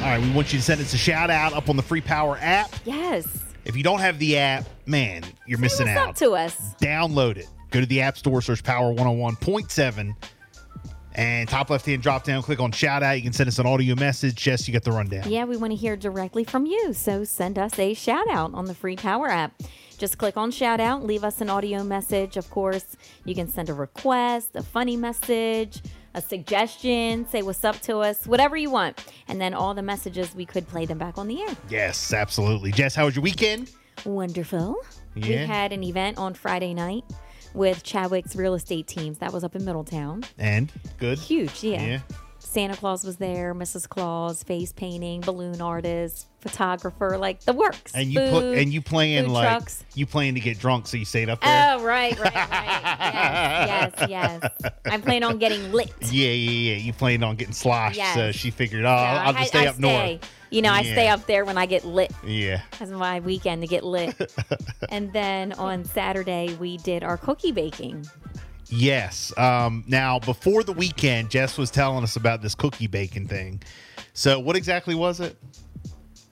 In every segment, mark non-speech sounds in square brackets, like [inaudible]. All right, we want you to send us a shout out up on the Free Power app. Yes. If you don't have the app, man, you're missing What's out. up to us? Download it. Go to the App Store, search Power 101.7, and top left hand drop down, click on shout out. You can send us an audio message. Jess, you get the rundown. Yeah, we want to hear directly from you. So send us a shout out on the free power app. Just click on shout out, leave us an audio message. Of course, you can send a request, a funny message, a suggestion, say what's up to us, whatever you want. And then all the messages, we could play them back on the air. Yes, absolutely. Jess, how was your weekend? Wonderful. We Yeah. had an event on Friday night with Chadwick's real estate teams. That was up in Middletown. And good. Huge, yeah. Yeah. Santa Claus was there, Mrs. Claus, face painting, balloon artist, photographer, like the works. And you pl- Food, and you playing food like trucks. you playing to get drunk, so you stayed up there. Oh right, right, right. yes, yes, yes. I'm planning on getting lit. [laughs] yeah, yeah, yeah. You planned on getting sloshed, Yes. so she figured, oh, So I'll, I'll I- just stay I up north. You know, I stay Yeah. up there when I get lit. Yeah. That's my weekend to get [laughs] lit. and then on Saturday we did our cookie baking. Yes. Um, now, before the weekend, Jess was telling us about this cookie baking thing. So, what exactly was it?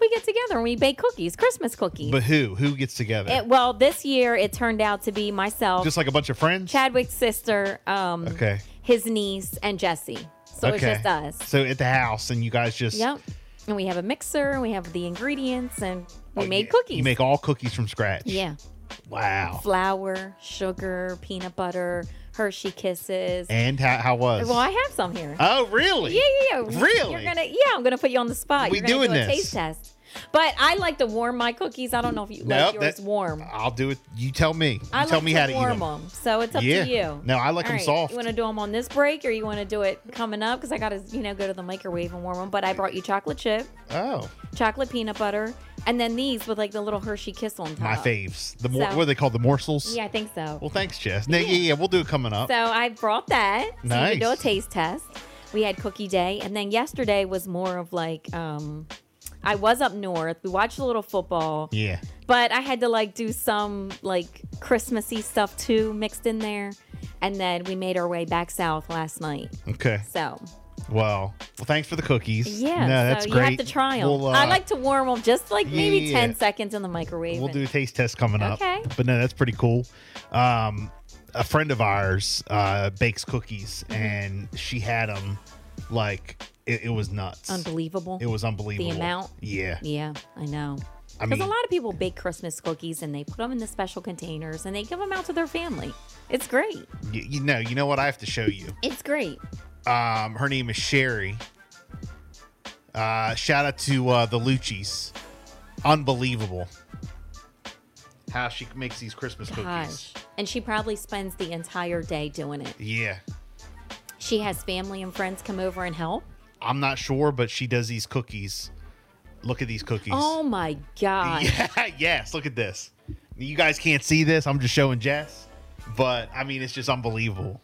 We get together and we bake cookies, Christmas cookies. But who? Who gets together? It- well, this year it turned out to be myself, Just like a bunch of friends? Chadwick's sister, um, Okay. his niece, and Jesse. So it's just us. So, at the house, and you guys just. Yep. And we have a mixer, and we have the ingredients, and we Oh, made yeah. cookies. You make all cookies from scratch. yeah. Wow. flour, sugar, peanut butter, Hershey kisses. And how, how was? well, I have some here. oh, really? yeah, yeah, yeah. Really? You're gonna, yeah, I'm gonna put you on the spot. We You're gonna doing do a this. taste test. But I like to warm my cookies. I don't know if you like Nope, yours that- warm. I'll do it. You tell me. You I tell like me to how to eat warm them. them. So it's up Yeah. to you. No, I like 'em soft. You want to do them on this break, or you want to do it coming up? Because I gotta, you know, go to the microwave and warm them. But I brought you chocolate chip, Oh, chocolate peanut butter, and then these with like the little Hershey kiss on top. my faves. The mor- So- what are they called? The morsels. Yeah, I think so. Well, thanks, Jess. No, yeah, yeah. We'll do it coming up. So I brought that. So you could do a Nice. taste test. We had cookie day. And then yesterday was more of like, um, I was up north. We watched a little football, yeah. but I had to like do some like Christmassy stuff too mixed in there. And then we made our way back south last night. Okay. So Well, well, thanks for the cookies. yeah, no, that's so great. you have to try them. We'll, uh, I like to warm them just like maybe yeah. 10 seconds in the microwave. We'll and- do a taste test coming up. Okay. But no, that's pretty cool. Um, a friend of ours uh, bakes cookies, Mm-hmm. and she had them like it, it was nuts. Unbelievable. It was unbelievable. amount. Yeah. Yeah, I know. I Because a mean- lot of people bake Christmas cookies and they put them in the special containers and they give them out to their family. It's great. You, you know. You know what? I have to show you. It's great. Um, her name is Sherry. Uh, shout out to uh, the Lucci's. Unbelievable. How she makes these Christmas cookies. Gosh. And she probably spends the entire day doing it. Yeah. She has family and friends come over and help. I'm not sure, but she does these cookies. Look at these cookies. [laughs] Oh my God. Yeah, yes, look at this. You guys can't see this. I'm just showing Jess. But I mean, it's just unbelievable.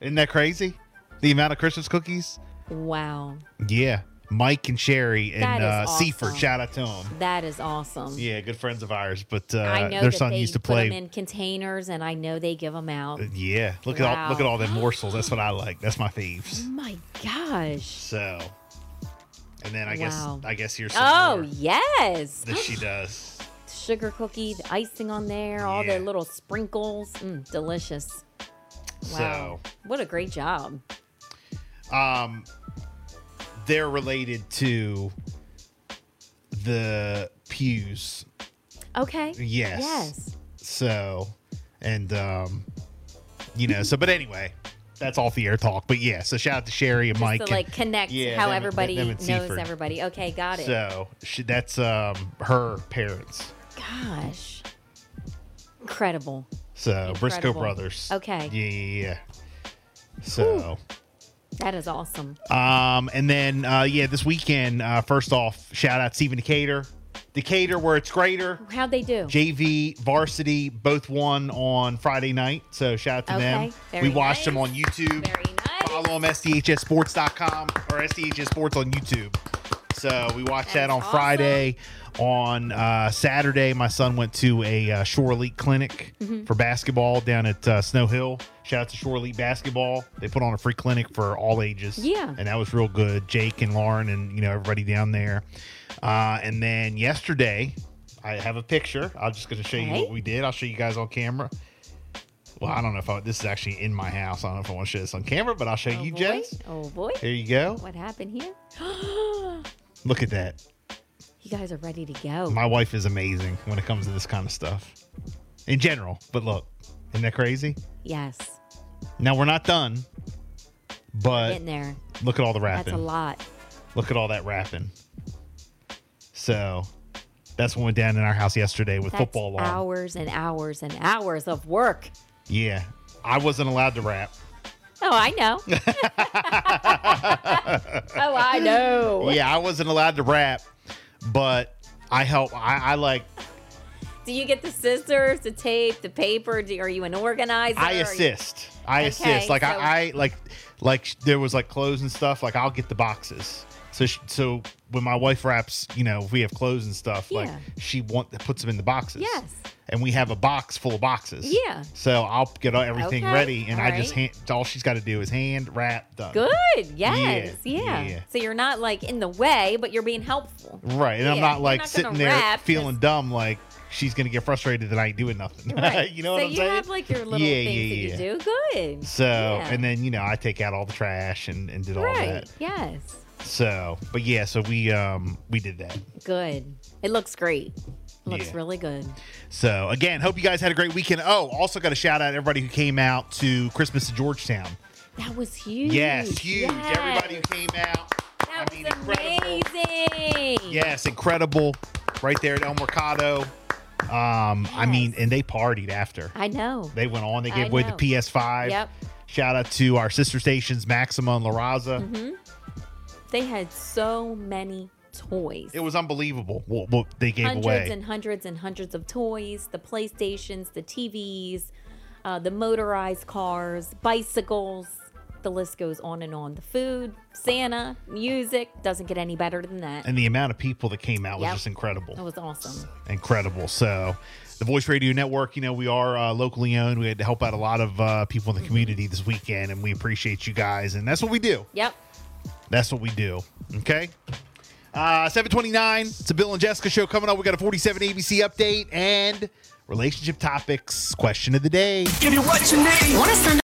Isn't that crazy? The amount of Christmas cookies? Wow. Yeah. Mike and Sherry and That is uh awesome. Seaford, shout out to them. That is awesome. Yeah, good friends of ours, but uh I know their that son they used to put them play in containers and I know they give them out. Yeah, look at all Wow. look at all them morsels. That's what I like. That's my thieves. Oh my gosh. So and then I Wow. guess I guess here's some Oh, more yes. that [gasps] she does. sugar cookie, the icing on there, all Yeah. the little sprinkles. Mm, delicious. Wow. What a great job. um they're related to the pews Okay. Yes. Yes. so and um you know so but anyway that's off the air talk but yeah so shout out to sherry and mike Just to and- like connect yeah, how them and- everybody them and knows Seaford. everybody. Okay, got it. so she, that's um her parents Gosh. Incredible. so briscoe Incredible. brothers Okay. yeah yeah yeah so That is awesome. Um, and then, uh, yeah, this weekend, uh, first off, shout out Stephen Decatur. Decatur, where it's greater. How'd they do? JV, varsity, both won on Friday night. So shout out to Okay, them. very We watched nice. them on YouTube. Very nice. Follow them, SDHSports.com or SDHS Sports on YouTube. So we watched That that, is on awesome. Friday. On uh, Saturday, my son went to a uh, Shore Elite clinic Mm-hmm. for basketball down at uh, Snow Hill. Shout out to Shore Elite Basketball. They put on a free clinic for all ages. Yeah. And that was real good. Jake and Lauren and, you know, everybody down there. Uh, and then yesterday, I have a picture. I'm just going to show you Okay. what we did. I'll show you guys on camera. Well, I don't know if I, this is actually in my house. I don't know if I want to show this on camera, but I'll show Oh you, boy. Jess. Oh boy. Here you go. What happened [gasps] here? Look at that. You guys are ready to go. My wife is amazing when it comes to this kind of stuff in general. But look, isn't that crazy? yes. Now we're not done, but Getting there. look at all the That's wrapping. a lot. Look at all that wrapping. So that's what went down in our house yesterday with That's football on. hours and hours and hours of work. Yeah. I wasn't allowed to wrap. Oh, I [laughs] know. [laughs] oh, I know. Yeah, I wasn't allowed to wrap, but I help. I, I like. Do you get the scissors, the tape, the paper? Do, are you an organizer? I Are you- assist. I Okay, assist. Like so- I, I like like there was like clothes and stuff. Like I'll get the boxes. So sh so when my wife wraps, you know, if we have clothes and stuff, like Yeah. she want puts them in the boxes. Yes. And we have a box full of boxes. Yeah. So I'll get all- everything Okay, ready, and all I just hand, all she's got to do is hand wrap. Done. Good. Yes. Yeah, yeah. So you're not like in the way, but you're being [laughs] helpful. Right. And I'm Yeah, not you're like not gonna sitting there wrap 'cause- feeling dumb like she's gonna get frustrated that I ain't doing nothing. [laughs] Right. you know so what I'm you saying? have like your little Yeah, things yeah, that you do. Good. so Yeah. and then you know I take out all the trash and, and did all right. that. Yes. So but yeah, so we um we did that. Good. It looks great. Looks Yeah. really good. So again, hope you guys had a great weekend. Oh, also got to shout out everybody who came out to Christmas in Georgetown. That was huge. Yes, huge. Yes. Everybody who came out. That I was mean, incredible. amazing. Yes, incredible. Right there at El Mercado. Um, I mean, and they partied after. I know. They went on. They I gave away the know. PS5. Yep. Shout out to our sister stations, Maxima and La Raza. Mm-hmm. They had so many toys. It was unbelievable what, what they gave hundreds away. and hundreds and hundreds of toys the playstations the tvs uh, the motorized cars bicycles the list goes on and on the food santa music doesn't get any better than that and the amount of people that came out was Yep. just incredible. that was awesome incredible. So, the Voice Radio Network, you know, we are uh, locally owned. We had to help out a lot of uh, people in the community this weekend, and we appreciate you guys. And that's what we do. yep That's what we do. Okay. Uh, 729. It's a Bill and Jessica show coming up. We got a 47 ABC update and relationship topics question of the day. Give you what you need. Want to send